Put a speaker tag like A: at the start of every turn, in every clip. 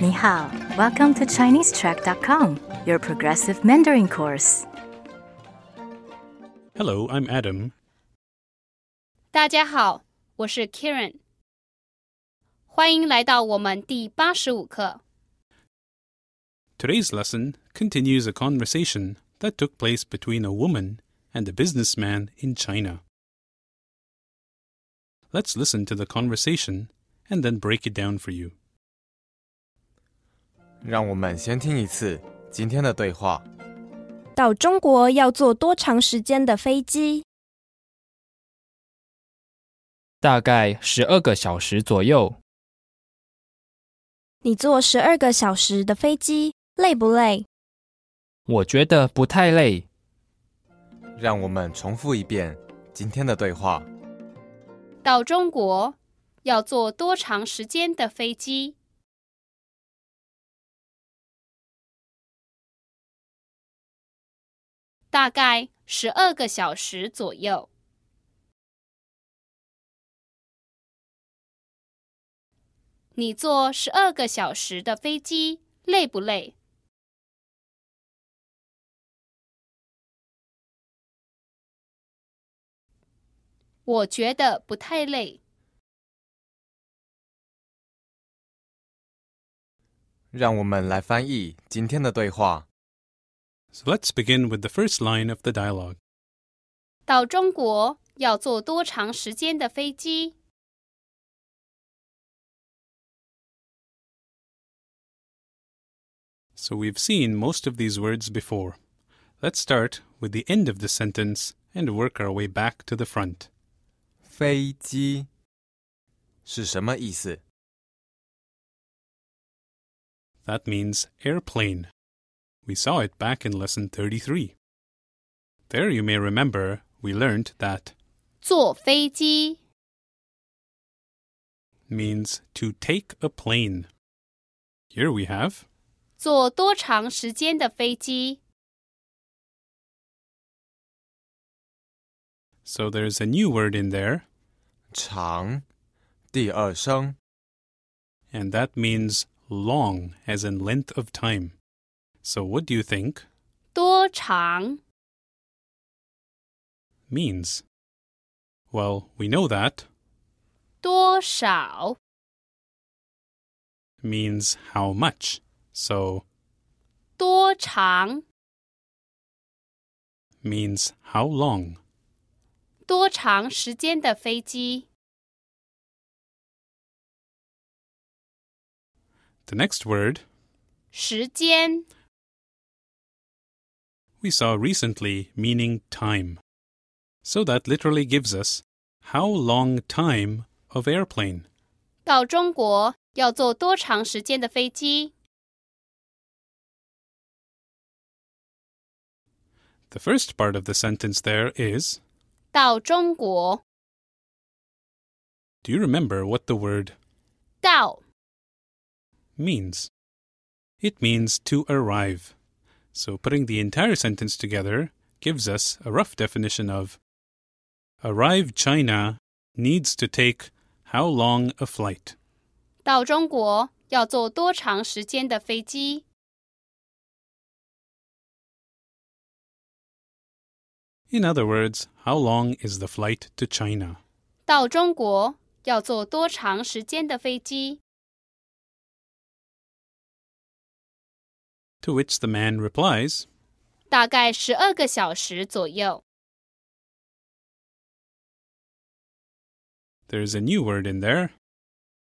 A: 你好，Welcome to ChineseTrack.com, your progressive Mandarin course.
B: Hello, I'm Adam.
C: 大家好，我是 Karen，欢迎来到我们第八十五课。
B: Today's lesson continues a conversation that took place between a woman and a businessman in China. Let's listen to the conversation and then break it down for you.
D: 让我们先听一次今天的对话。
E: 到中国要坐多长时间的飞机？
F: 大概十二个小时左右，
E: 你坐十二个小时的飞机，累不累？
F: 我觉得不太累。
D: 让我们重复一遍今天的对话。
C: 到中国要坐多长时间的飞机？大概十二个小时左右。你坐十二个小时的飞机累不累？我觉得不太累。
D: 让我们来翻译今天的对话。
B: So let's begin with the first line of the dialogue.
C: 到中国要坐多长时间的飞机？
B: So we've seen most of these words before. Let's start with the end of the sentence and work our way back to the front.
D: 飞机是什么意思？
B: That means airplane. We saw it back in lesson 33. There you may remember we learned that
C: 坐飞机。
B: means to take a plane. Here we have
C: 坐多长时间的飞机？
B: So there's a new word in there,
D: 长，第二声
B: and that means long, as in length of time. So what do you think
C: 多长？
B: means? Well, we know that
C: 多少？
B: means how much. So
C: 多长？
B: means how long.
C: 多长时间的飞机？
B: The next word
C: 时间？
B: we saw recently meaning time. So that literally gives us how long time of airplane.
C: 到中国要坐多长时间的飞机？
B: The first part of the sentence there is
C: 到中国，
B: do you remember what the word
C: 到
B: means. It means to arrive. So putting the entire sentence together gives us a rough definition of arrive China needs to take how long a flight?
C: 到中国要坐多长时间的飞机？
B: In other words, how long is the flight to China?
C: 到中国要坐多长时间的飞机？
B: To which the man replies,
C: 大概十二个小时左右。
B: there's a new word in there,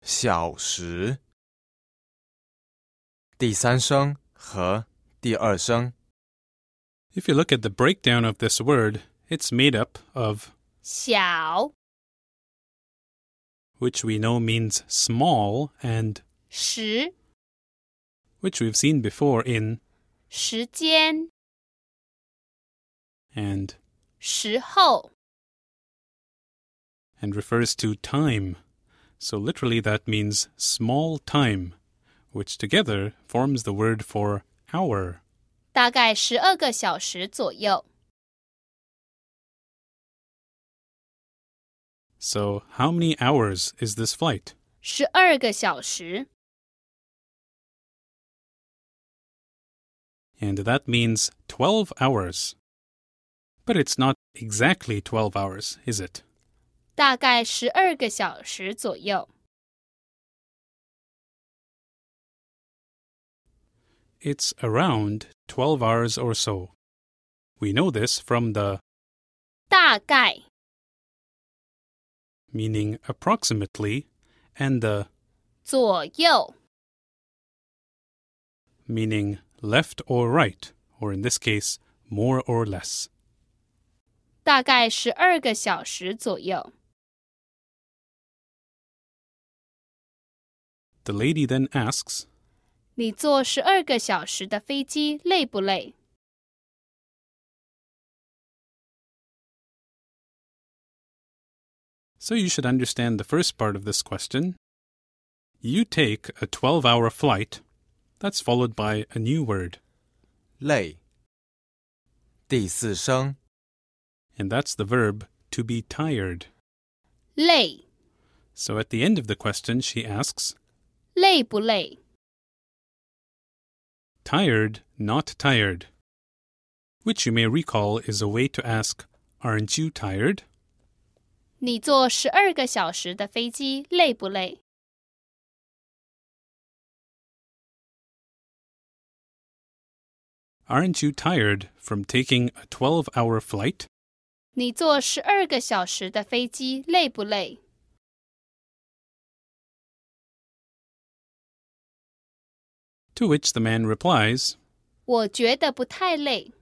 D: 小时，第三声和第二声。
B: If you look at the breakdown of this word, it's made up of,
C: 小
B: which we know means small, and
C: 时
B: which we've seen before in,
C: 时间
B: and,
C: 时候，
B: and refers to time. So literally that means small time, which together forms the word for hour.
C: 大概十二个小时左右。
B: So how many hours is this flight?
C: 十二个小时，
B: and that means 12 hours. But it's not exactly 12 hours, is it?
C: 大概十二个小时左右。
B: It's around 12 hours or so. We know this from the
C: 大概
B: meaning approximately and the
C: 左右
B: meaning left or right, or in this case, more or less.
C: 大概十二个小时左右。
B: The lady then asks,
C: 你坐十二个小时的飞机累不累？
B: So you should understand the first part of this question. You take a 12 hour flight, that's followed by a new word,
D: 累。第四声
B: and that's the verb to be tired.
C: 累，
B: So at the end of the question, she asks,
C: 累不累？
B: tired, not tired, which you may recall is a way to ask, aren't you tired?
C: 你坐十二个小时的飞机累不累？
B: Aren't you tired from taking a 12 hour flight?
C: 你坐十二个小时的飞机累不累？
B: To which the man replies,
C: 我觉得不太累。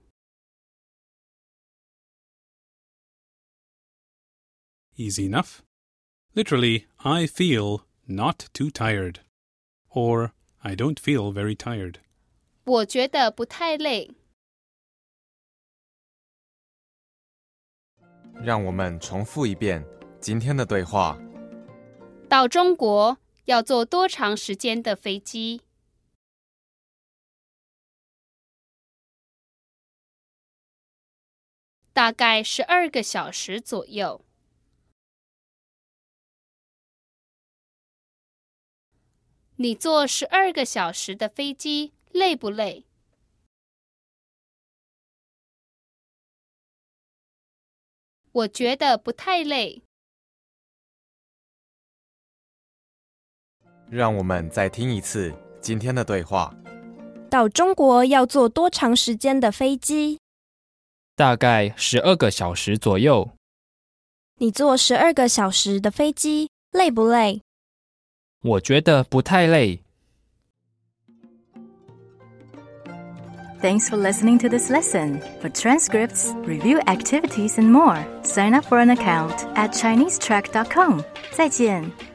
B: easy enough. Literally, I feel not too tired. Or, I don't feel very tired.
C: 我觉得不太累。
D: 让我们重复一遍今天的对话。
C: 到中国要坐多长时间的飞机？大概十二个小时左右。你坐十二个小时的飞机累不累？我觉得不太累。
D: 让我们再听一次今天的对话。
E: 到中国要坐多长时间的飞机？
F: 大概十二个小时左右。
E: 你坐十二个小时的飞机，累不累？
F: 我觉得不太累。
A: Thanks for listening to this lesson. For transcripts, review activities, and more, sign up for an account at ChineseTrack.com. 再见。